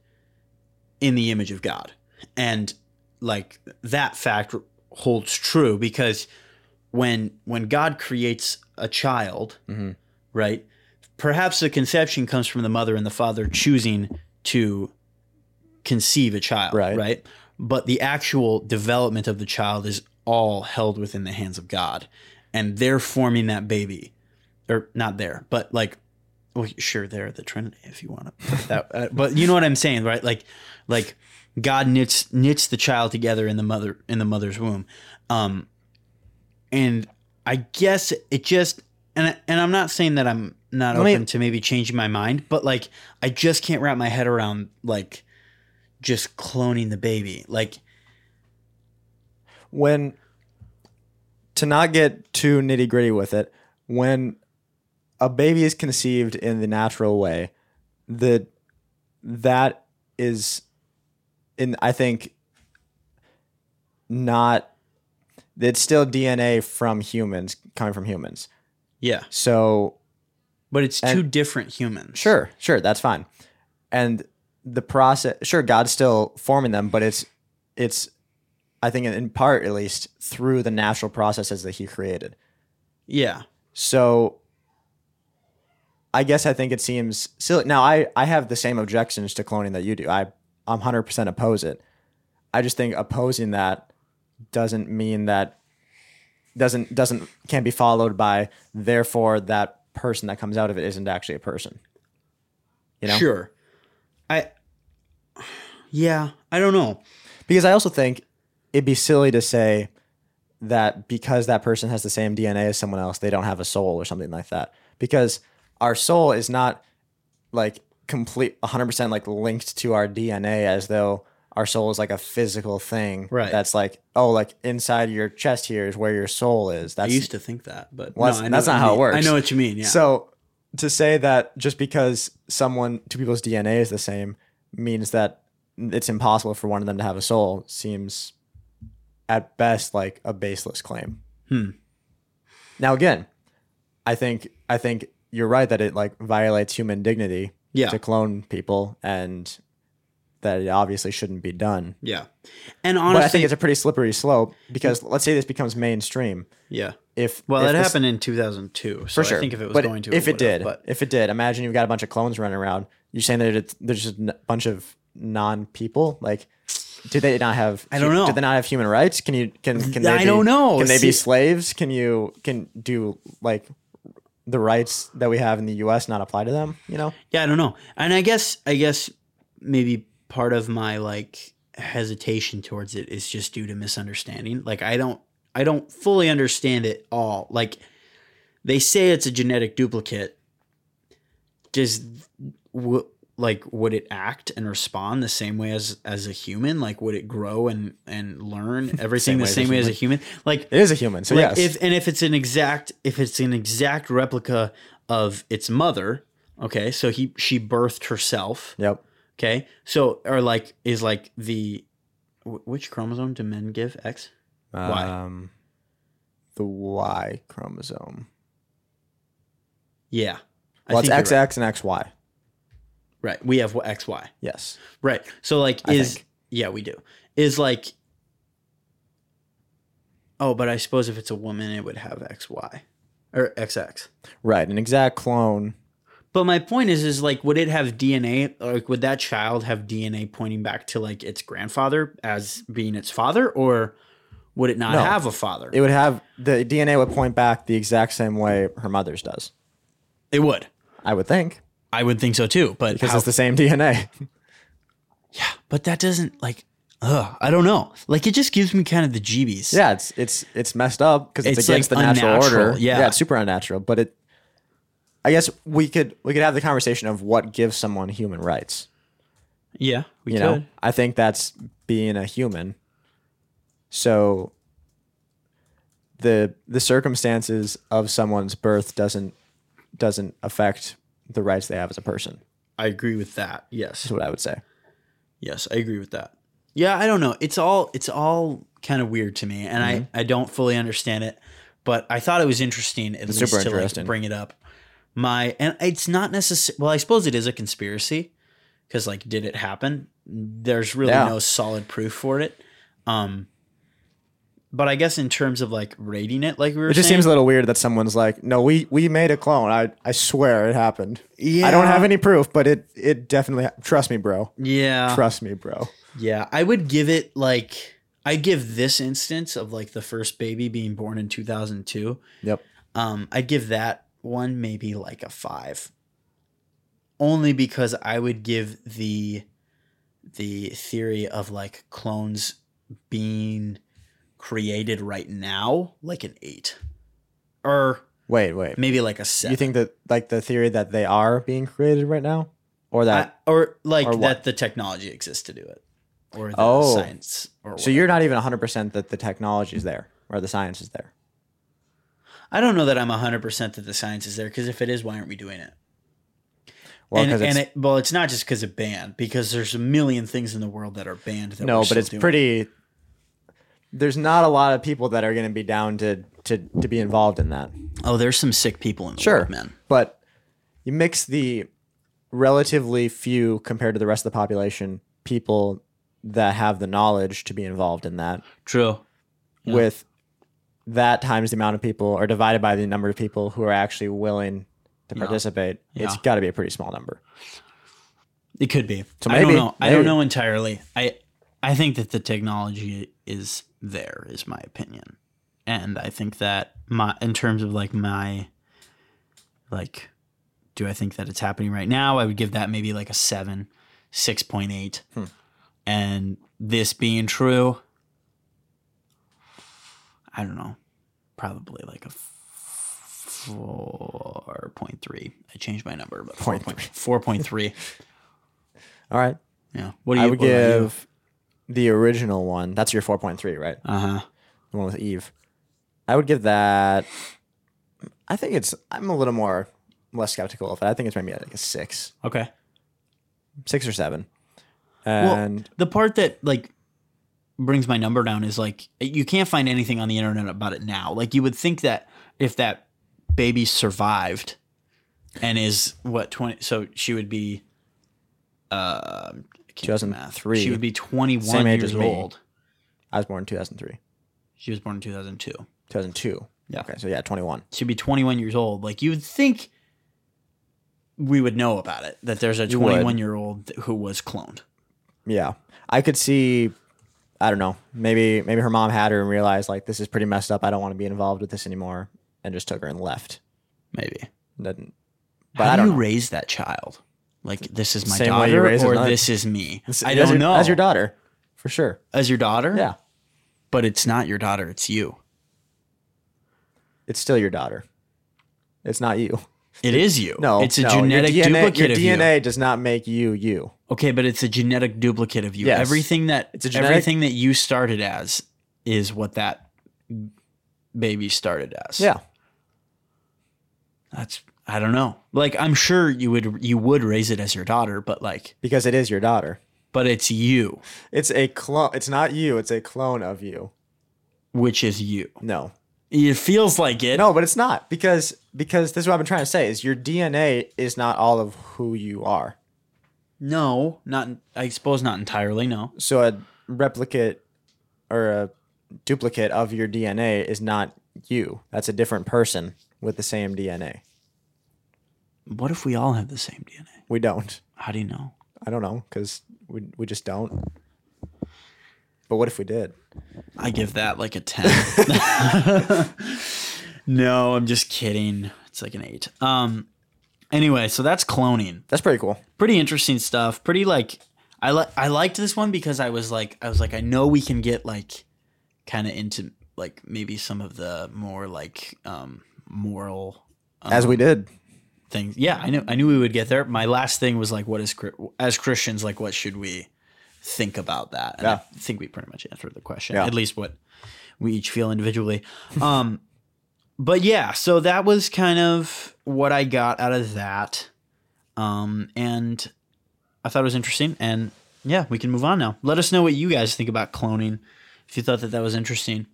in the image of God. And like that fact holds true because when when God creates a child,
hmm
right? Perhaps the conception comes from the mother and the father choosing to conceive a child,
Right.
right? But the actual development of the child is all held within the hands of God, and they're forming that baby, or not there, but like, well, sure, they're the Trinity if you want to put it that, uh, but you know what I'm saying, right? Like, like God knits knits the child together in the mother in the mother's womb, um, and I guess it just and I, and I'm not saying that I'm not
Let me-
open to maybe changing my mind, but like I just can't wrap my head around like just cloning the baby. Like
When to not get too nitty gritty with it, when a baby is conceived in the natural way, the that is, in I think, not. It's still DNA from humans coming from humans.
yeah,
So
but it's
And-
two different humans.
Sure, sure, that's fine. And the process, sure, God's still forming them, but it's it's I think in part at least through the natural processes that He created.
Yeah.
So I guess I think it seems silly. Now I I have the same objections to cloning that you do. I I'm hundred percent oppose it. I just think opposing that doesn't mean that doesn't doesn't can't be followed by therefore that person that comes out of it isn't actually a person. You know?
Sure. I. Yeah, I don't know.
Because I also think it'd be silly to say that because that person has the same DNA as someone else, they don't have a soul or something like that. Because our soul is not like complete 100% like linked to our DNA as though our soul is like a physical thing
Right.
that's like oh like inside your chest here is where your soul is that's
I used to think that, but
Well,
no,
that's-
I know
that's
what
not
you
how it
mean. I
works.
know what you mean. Yeah.
So to say that just because someone two people's DNA is the same means that it's impossible for one of them to have a soul seems at best like a baseless claim.
Hmm.
Now again, I think I think you're right that it like violates human dignity
yeah.
to clone people and that it obviously shouldn't be done.
Yeah. And
but I think
honestly,
it's a pretty slippery slope because let's say this becomes mainstream.
yeah.
If
Well,
if
it
this-
happened in 2002. So
for sure.
I think if it was
But
going to,
if it
would have,
did,
but
if it did, imagine you've got a bunch of clones running around. You're saying that it's, there's just a bunch of non people. Like, do they not have?
I don't know.
Do they not have human rights? Can you can can they
I
be,
don't know.
Can they
See-
be slaves? Can you can do like the rights that we have in the U.S. not apply to them? You know,
yeah, I don't know. And I guess, I guess maybe part of my like hesitation towards it is just due to misunderstanding. Like, I don't, I don't fully understand it all. Like, they say it's a genetic duplicate. Does, w- like, would it act and respond the same way as as a human? Like, would it grow and and learn everything
Same
the
way as a
same way as a human? Like,
it is a human. So
like
yes,
if and if it's an exact if it's an exact replica of its mother, okay, so he she birthed herself,
yep.
okay, so or like is like the wh- which chromosome do men give X? Why?
Um, the Y chromosome.
Yeah,
Well, it's
think you're
XX and XY.
Right. right, we have wh- X Y.
Yes.
Right. So like
I
is
think.
yeah, we do. Is like oh, but I suppose if it's a woman, it would have X Y or XX.
Right. An exact clone.
But my point is, is like, would it have DNA? Like, would that child have DNA pointing back to like its grandfather as being its father, or would it not
No.
have a father?
It would have the DNA would point back the exact same way her mother's does.
It would.
I would think
I would think so too. But
because
how-
it's the same DNA.
yeah, but that doesn't like. Ugh, I don't know. Like, it just gives me kind of the jeebies.
yeah, it's it's it's messed up because it's,
It's,
against
like,
the natural,
unnatural,
order.
yeah.
it's super unnatural. But it, I guess we could we could have the conversation of what gives someone human rights.
Yeah. We
You
could.
know, I think that's being a human. So the the circumstances of someone's birth doesn't doesn't affect the rights they have as a person.
I agree with that. Yes.
Is what I would say.
Yes, I agree with that. Yeah, I don't know. It's all it's all kind of weird to me, and
Mm-hmm.
I I don't fully understand it. But I thought it was interesting at least
super
to
interesting.
like bring it up. My and it's not necessary. Well, I suppose it is a conspiracy because like, did it happen? There's really
Yeah.
no solid proof for it. Um, but I guess in terms of like rating it, like we were,
It just
saying,
seems a little weird that someone's like, "No, we we made a clone. I I swear it happened.
yeah,
I don't have any proof, but it it definitely ha- trust me, bro.
yeah.
Trust me, bro.
Yeah, I would give it like I give this instance of like the first baby being born in 2002.
Yep.
Um I'd give that one maybe like a 5. Only because I would give the the theory of like clones being created right now like an 8 or
Wait, wait.
maybe like a 7.
You think that like the theory that they are being created right now, or that?
I- or like
or what?
that the technology exists to do it or the
Oh.
science or
so you're not even 100 percent that the technology is there or the science is there.
I don't know that I'm 100% that the science is there because if it is, why aren't we doing it?
Well,
and,
because it's
and it, well, it's not just because of banned, because there's a million things in the world that are banned. That
no,
we're
but
still
it's
doing.
pretty. There's not a lot of people that are going to be down to to to be involved in that.
Oh, there's some sick people in the
Sure.
world, man.
but you mix the relatively few compared to the rest of the population people that have the knowledge to be involved in that
True. Yeah.
with that times the amount of people or divided by the number of people who are actually willing to
Yeah.
participate it's
Yeah.
got to be a pretty small number
It could be.
So
I don't
maybe-
know. I don't
maybe.
know entirely. I I think that the technology is there is my opinion. And I think that my in terms of like my like do I think that it's happening right now? I would give that maybe like a 7, 6.8.
Hmm.
And this being true, I don't know, probably like a four point three. I changed my number, but
Point
four point three.
All right.
Yeah. What do you
I would give the original one. That's your 4.3, right?
Uh huh.
The one with Eve. I would give that. I think it's. I'm a little more less skeptical of it. I think it's maybe like a six,
Okay.
six or seven. And
well, the part that like brings my number down is like you can't find anything on the internet about it now. Like you would think that if that baby survived and is what 20 so she would be uh I can't do math.
2003.
She would be 21
Same age
years
as me.
old.
I was born in 2003,
She was born in 2002.
2002.
Yeah.
Okay, so yeah, 21.
She'd be 21 years old. Like you would think we would know about it that there's a
You would.
21 year old who was cloned.
Yeah, I could see. I don't know. Maybe maybe her mom had her and realized like this is pretty messed up. I don't want to be involved with this anymore, and just took her and left.
Maybe.
Didn't.
How
But I
do
don't
you
know.
raise that child? Like this is my
Same way you
daughter,
raise
or
another-
this is me.
This-
I
as
don't
your-
know.
As your daughter, for sure.
As your daughter,
Yeah,
but it's not your daughter; it's you.
it's still your daughter. It's not you.
It is you.
No,
it's a
no, your
genetic
DNA
duplicate
Your
of
DNA does not make you you.
you. Okay, but it's a genetic duplicate of you.
Yes.
Everything that
It's a genetic-
everything that you started as is what that baby started as.
Yeah,
that's I don't know. Like I'm sure you would you would raise it as your daughter, but like,
because it is your daughter.
but it's you,
It's a clone. It's not you. It's a clone of you.
which is you.
No,
It feels like it.
No, but it's not because because this is what I've been trying to say is your DNA is not all of who you are.
no, not. I suppose not entirely. No.
So a replicate or a duplicate of your DNA is not you. That's a different person with the same DNA.
What if we all have the same DNA?
We don't.
How do you know?
I don't know because we we just don't. But what if we did?
I give that like a 10. no, I'm just kidding. It's like an 8. Um anyway, so that's cloning.
That's pretty cool.
Pretty interesting stuff. Pretty like I li- I liked this one because I was like I was like I know we can get like kind of into like maybe some of the more like um moral
As
Uh-huh.
we did.
things. Yeah, I knew I knew we would get there. My last thing was like, what is Chri- as Christians like? What should we think about that? And
Yeah.
I think we pretty much answered the question.
Yeah.
At least what we each feel individually. um, but yeah, so that was kind of what I got out of that, um, and I thought it was interesting. And yeah, we can move on now. Let us know what you guys think about cloning. If you thought that that was interesting.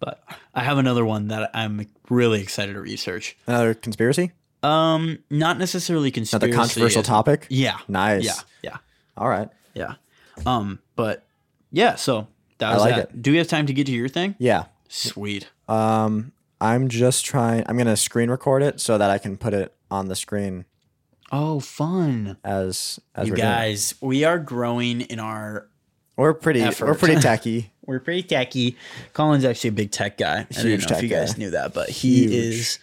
But I have another one that I'm really excited to research.
Another conspiracy.
Um, not necessarily conspiracy.
Another controversial topic.
Yeah.
Nice.
Yeah. Yeah.
All right.
Yeah. Um, but yeah, so that
I
was
like
that. Do we have time to get to your thing?
Yeah.
Sweet.
Um, I'm just trying. I'm gonna screen record it so that I can put it on the screen
Oh, fun.
as as
you
we're doing. it.
guys, we are growing in our
We're pretty. We're
effort.
pretty techie.
we're pretty techy. Colin's actually a big tech guy. I don't know
Huge
if
tech
you guys
guy.
knew that, but he
Huge.
is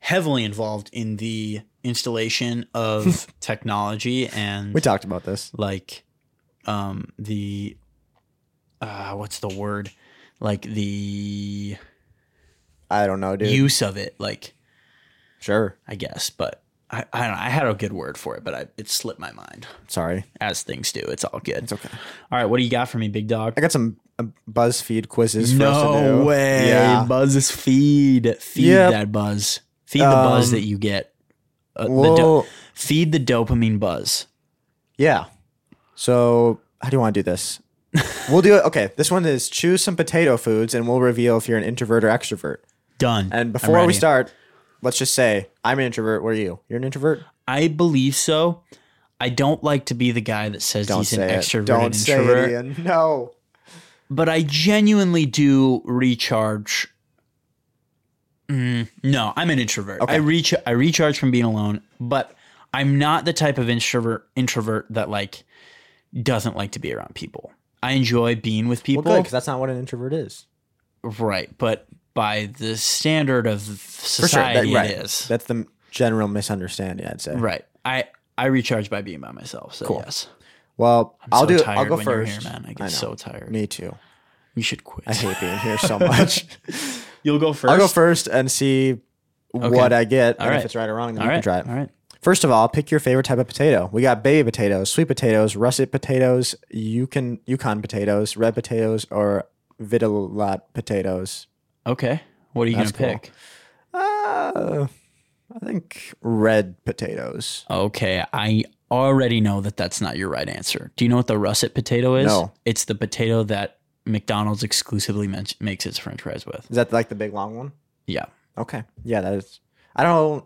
heavily involved in the installation of technology and
we talked about this.
like um the uh what's the word like the
I don't know, dude.
use of it like
sure.
i guess but I, I don't know i had a good word for it but I, it slipped my mind
Sorry.
as things do it's all good
It's okay.
all right what do you got for me big dog
I got some uh, BuzzFeed quizzes. For us to
no
do.
way
Yeah.
buzz is feed feed
Yep.
that buzz feed the buzz
Um,
that you get uh, the do-
Well,
feed the dopamine buzz
yeah. So how do you want to do this? we'll do it. Okay. This one is choose some potato foods, and we'll reveal if you're an introvert or extrovert.
done I'm
And before we
ready.
start, let's just say I'm an introvert. What are you? You're an introvert.
I believe so. I don't like to be the guy that says
Don't
he's
say
an
it.
extrovert
Don't say
introvert,
it, Ian. No.
but I genuinely do recharge. Mm, no, I'm an introvert. I
Okay.
reach I recharge from being alone, but I'm not the type of introvert introvert that like doesn't like to be around people. I enjoy being with people.
Well, good, because that's not what an introvert is.
right, but by the standard of society
right.
it is.
That's the general misunderstanding, I'd say.
right. I I recharge by being by myself. So yes.
Well,
I'm
i will
so
do.
tired
I'll go
when
first.
You're here, man. I get
I know.
so tired.
Me too.
You should quit.
I hate being here so much.
You'll go 1st
I'll go first and see what I get.
All
and
right.
If it's right or wrong, then
All
you
right.
can try it.
All right.
First of all, pick your favorite type of potato. We got baby potatoes, sweet potatoes, russet potatoes, Yukon Yukon potatoes, red potatoes, or vitelot potatoes.
Okay. What are you
That's
gonna
cool.
pick?
Uh, I think red potatoes.
Okay, I already know that that's not your right answer. Do you know what the russet potato is?
No.
It's the potato that McDonald's exclusively men- makes its French fries with.
Is that like the big long one?
Yeah.
Okay. Yeah, that is. I don't.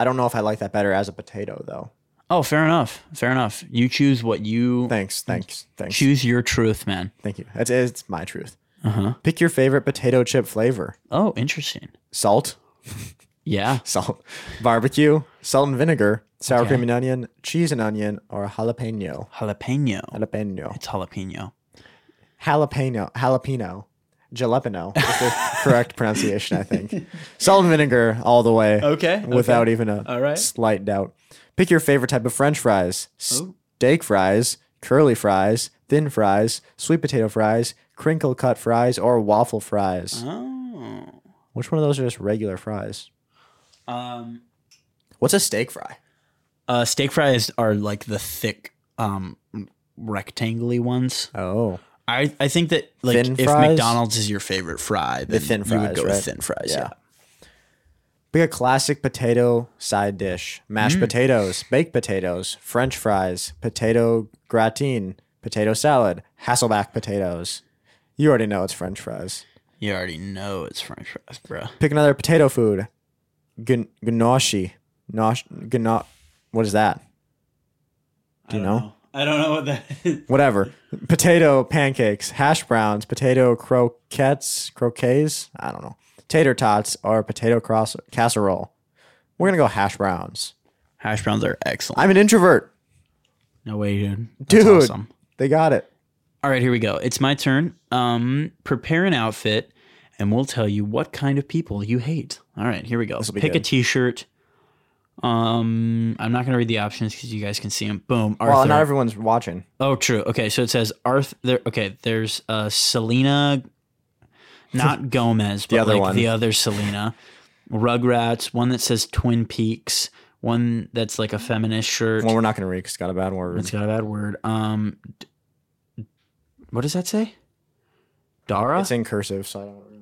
I don't know if I like that better as a potato though.
Oh, fair enough. Fair enough. You choose what you
Thanks. Thanks. Thanks.
choose your truth, man.
Thank you. That's it's my truth.
Uh huh.
Pick your favorite potato chip flavor:
Oh, interesting.
salt,
Yeah.
salt, barbecue, salt and vinegar, sour
Okay.
cream and onion, cheese and onion, or jalapeno.
Jalapeno.
Jalapeno.
It's jalapeno.
Jalapeno. Jalapeno. Jalapeno is the correct pronunciation, I think. Salt and vinegar all the way.
Okay.
Without even a
All right.
slight doubt. Pick your favorite type of French fries.
Oh.
Steak fries, curly fries, thin fries, sweet potato fries, crinkle cut fries, or waffle fries.
Oh.
Which one of those are just regular fries?
Um.
What's a steak fry?
Uh, steak fries are like the thick, um, rectangly ones.
Oh.
I, I think that like
Thin
if
fries?
McDonald's is your favorite fry, then
thin
you would
fries,
go
right?
with thin fries. Yeah.
Yeah. Pick a classic potato side dish. Mashed potatoes, baked potatoes, french fries, potato gratin, potato salad, Hasselback potatoes. You already know it's french fries.
You already know it's French fries, bro.
Pick another potato food. Gan- Ganache. Nosh- gana- what is that? Do you know?
I don't know what that is.
Whatever. Potato pancakes, hash browns, potato croquettes, croquets, I don't know. Tater tots or potato cross- casserole. We're going to go hash browns.
Hash browns are excellent.
I'm an introvert.
No way, dude. That's
Dude,
awesome.
they got it.
All right, here we go. It's my turn. Um, prepare an outfit, and we'll tell you what kind of people you hate. All right, here we go.
This'll be
Pick a
good.
T-shirt. Um, I'm not gonna read the options because you guys can see them. Boom. Arthur.
Well, not everyone's watching.
Oh, true. Okay, so it says Arth. There. Okay, there's uh Selena, not Gomez, but
other
like
one.
the other Selena. Rugrats. One that says Twin Peaks. One that's like a feminist shirt.
Well, we're not going to read 'cause it's got a bad word.
it's got a bad word. Um, d- what does that say? Dara,
It's in cursive, so I don't really.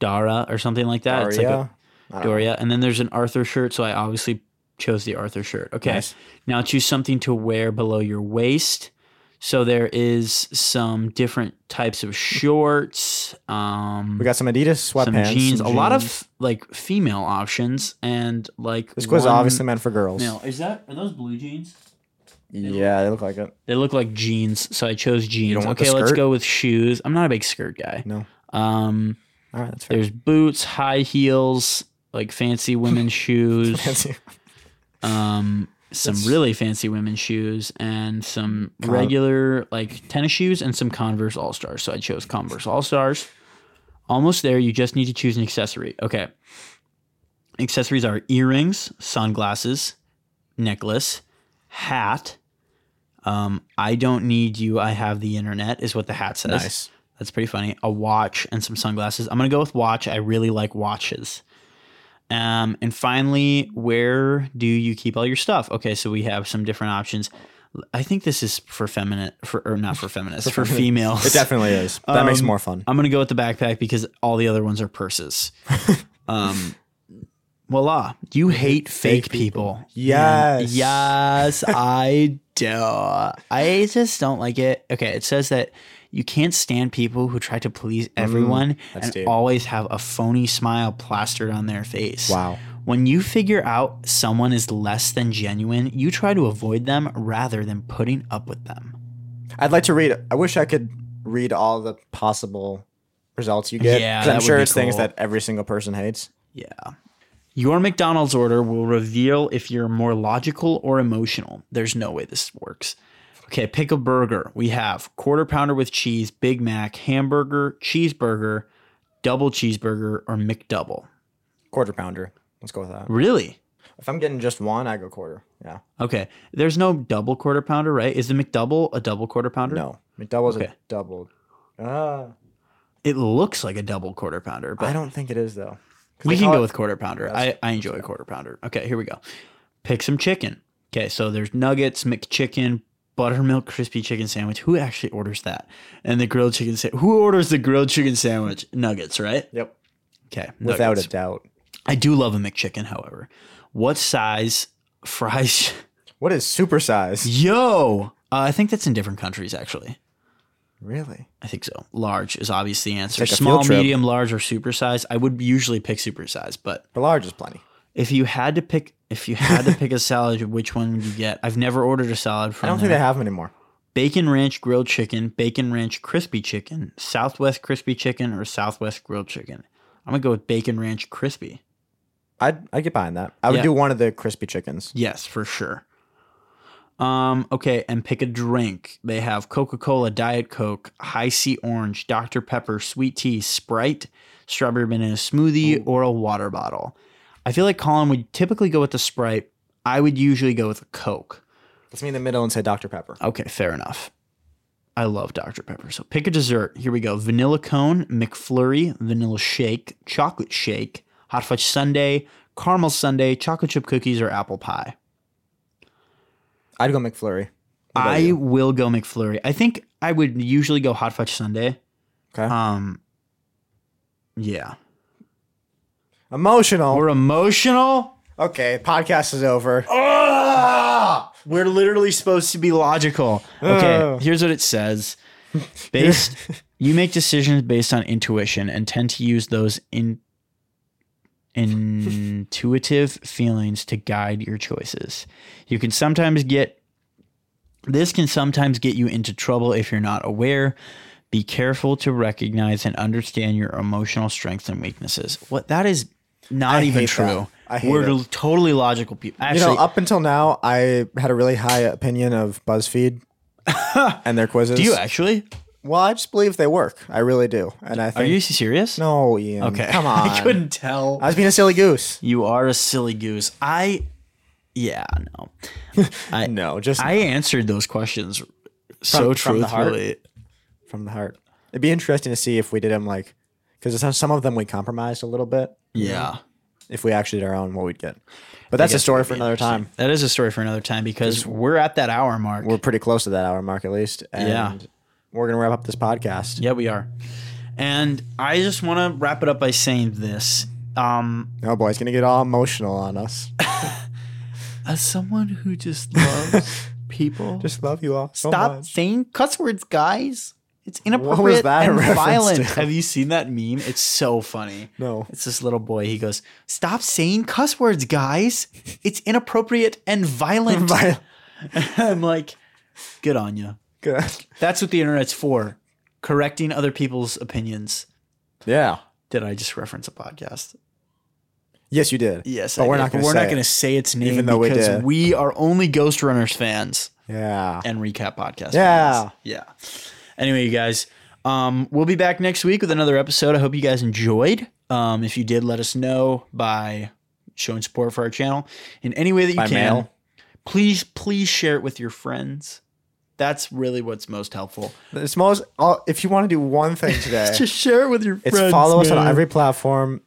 Dara, or something like that. It's like a,
Daria? I don't know.
Doria. And then there's an Arthur shirt, so I obviously chose the Arthur shirt. Okay.
Nice.
Now choose something to wear below your waist. So there is some different types of shorts. Um
We got some Adidas sweatpants.
some jeans,
some
a lot
jeans.
of like female options and like
This was
one
obviously meant for girls.
male. Is that are those blue jeans?
Yeah, they look like it.
They look like jeans, so I chose jeans.
don't want the
okay, let's
skirt?
go with shoes. I'm not a big skirt guy.
No.
Um
All right, that's fair.
there's boots, high heels, like fancy women's shoes.
Fancy.
um some
That's-
really fancy women's shoes and some
Con-
regular like tennis shoes and some Converse All Stars. So I chose Converse All Stars. Almost there. You just need to choose an accessory. Okay. Accessories are earrings, sunglasses, necklace, hat. Um, I don't need you. I have the internet is what the hat says.
Nice.
That's pretty funny. A watch and some sunglasses. I'm gonna go with watch. I really like watches. Um, and finally, where do you keep all your stuff? Okay, so we have some different options. I think this is for feminine, for or not for feminists, for females.
It definitely is. That makes it
Um,
more fun.
I'm gonna go with the backpack because all the other ones are purses. um, voila! You hate fake,
fake people.
people. man.
Yes.
yes, I do. I just don't like it. Okay, it says that you can't stand people who try to please everyone
Mm, that's
and
deep.
always have a phony smile plastered on their face.
Wow.
When you figure out someone is less than genuine, you try to avoid them rather than putting up with them.
I'd like to read. I wish I could read all the possible results you get.
Yeah,
'cause
that
I'm
would
sure
be
it's things
cool.
that every single person hates.
Yeah. Your McDonald's order will reveal if you're more logical or emotional. There's no way this works. Okay, pick a burger. We have quarter pounder with cheese, Big Mac, hamburger, cheeseburger, double cheeseburger, or McDouble.
Quarter pounder. Let's go with that.
Really?
If I'm getting just one, I go quarter. Yeah.
Okay. There's no double quarter pounder, right? Is the McDouble a double quarter pounder?
No. McDouble's
Okay.
a double. Ah.
It looks like a double quarter pounder, but
I don't think it is though. 'Cause
we
they
can
call
go
it-
with quarter pounder. I, I enjoy a quarter pounder. Okay, here we go. Pick some chicken. Okay, so there's nuggets, McChicken, buttermilk crispy chicken sandwich. Who actually orders that? And the grilled chicken sandwich. Who orders the grilled chicken sandwich? Nuggets, right?
Yep.
Okay.
Without
nuggets.
a doubt.
I do love a McChicken, however. What size fries?
What is supersize?
Yo, uh, I think that's in different countries actually.
Really?
I think so. Large is obviously the answer.
Take a
Small,
field trip.
medium, large, or supersize. I would usually pick supersize, but
But large is plenty.
if you had to pick, if you had to pick a salad, which one would you get? I've never ordered a salad from.
I don't think
there.
they have them anymore.
Bacon ranch grilled chicken, bacon ranch crispy chicken, Southwest crispy chicken, or Southwest grilled chicken. I'm gonna go with bacon ranch crispy.
I'd I'd get behind that. I would
Yeah.
do one of the crispy chickens.
Yes, for sure. Um, okay, and pick a drink. They have Coca-Cola, Diet Coke, High C Orange, Dr. Pepper, Sweet Tea, Sprite, Strawberry Banana
Oh.
Smoothie, or a water bottle. I feel like Colin would typically go with the Sprite. I would usually go with a Coke.
Let's meet in the middle and say Dr. Pepper.
Okay, fair enough. I love Dr. Pepper. So pick a dessert. Here we go. Vanilla cone, McFlurry, vanilla shake, chocolate shake, hot fudge sundae, caramel sundae, chocolate chip cookies, or apple pie.
I'd go McFlurry. What about
I
you?
will go McFlurry. I think I would usually go hot fudge sundae.
Okay.
Um, yeah.
Emotional.
We're emotional.
okay, podcast is over.
We're literally supposed to be logical. Okay,
Ugh.
here's what it says. Based, you make decisions based on intuition and tend to use those in intuitive feelings to guide your choices. You can sometimes get this can sometimes get you into trouble if you're not aware. Be careful to recognize and understand your emotional strengths and weaknesses. What that is not
I
even
hate
true.
that. I hate
We're
it.
totally logical people. Actually,
you know, up until now, I had a really high opinion of BuzzFeed and their quizzes.
do you actually?
Well, I just believe they work. I really do, and I
Are
think
you serious?
no, Ian.
Okay.
come on.
I couldn't tell.
I was being a silly goose.
you are a silly goose. I, yeah, no. I
No, just
I answered those questions so
from the heart?
truthfully.
from the heart. It'd be interesting to see if we did them like, because some of them we compromised a little bit.
yeah.
If we actually did our own, what we'd get. But that's a
guess
story
that'd
for
be
another time.
That is a story for another time because we're at that hour mark.
We're pretty close to that hour mark, at least. And
Yeah.
We're gonna wrap up this podcast.
Yeah, we are. And I just want to wrap it up by saying this. Um,
Oh boy, it's gonna get all emotional on us.
as someone who just loves people,
Just love you all so
stop
much.
saying cuss words, guys. It's inappropriate
that a
and
reference
violent.
to?
Have you seen that meme? It's so funny.
No.
It's this little boy. He goes, "Stop saying cuss words, guys. It's inappropriate and violent."
Violent.
I'm like, "Good on you."
Good.
That's what the internet's for. Correcting other people's opinions.
Yeah.
Did I just reference a podcast?
Yes, you did.
Yes,
But
I
we're
did,
not gonna
we're
say
not
it.
going to say its name
Even though we
because
did.
we are only Ghost Runners fans
Yeah.
and recap podcast.
Yeah.
fans. yeah. Anyway, you guys, um, we'll be back next week with another episode. I hope you guys enjoyed. Um, if you did, let us know by showing support for our channel in any way that you
By
can.
mail.
Please, please share it with your friends. That's really what's most helpful.
It's most. all- If you want to do one thing today,
Just share it with your
It's
friends.
follow us on
man.
every platform,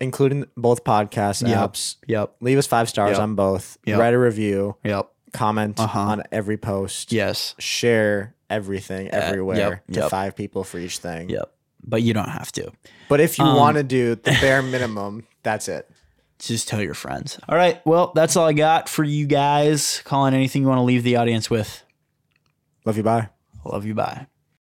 including both podcast
Yep.
apps.
Yep.
Leave us five stars
Yep.
on both.
Yep.
Write a review.
Yep.
Comment
Uh-huh.
on every post.
Yes.
Share everything everywhere
Uh, yep,
to
yep.
five people for each thing.
Yep. But you don't have to.
But if you
Um,
want to do the bare minimum, that's it.
just tell your friends. All right. Well, that's all I got for you guys. Colin, anything you want to leave the audience with?
Love you. Bye.
Love you. Bye.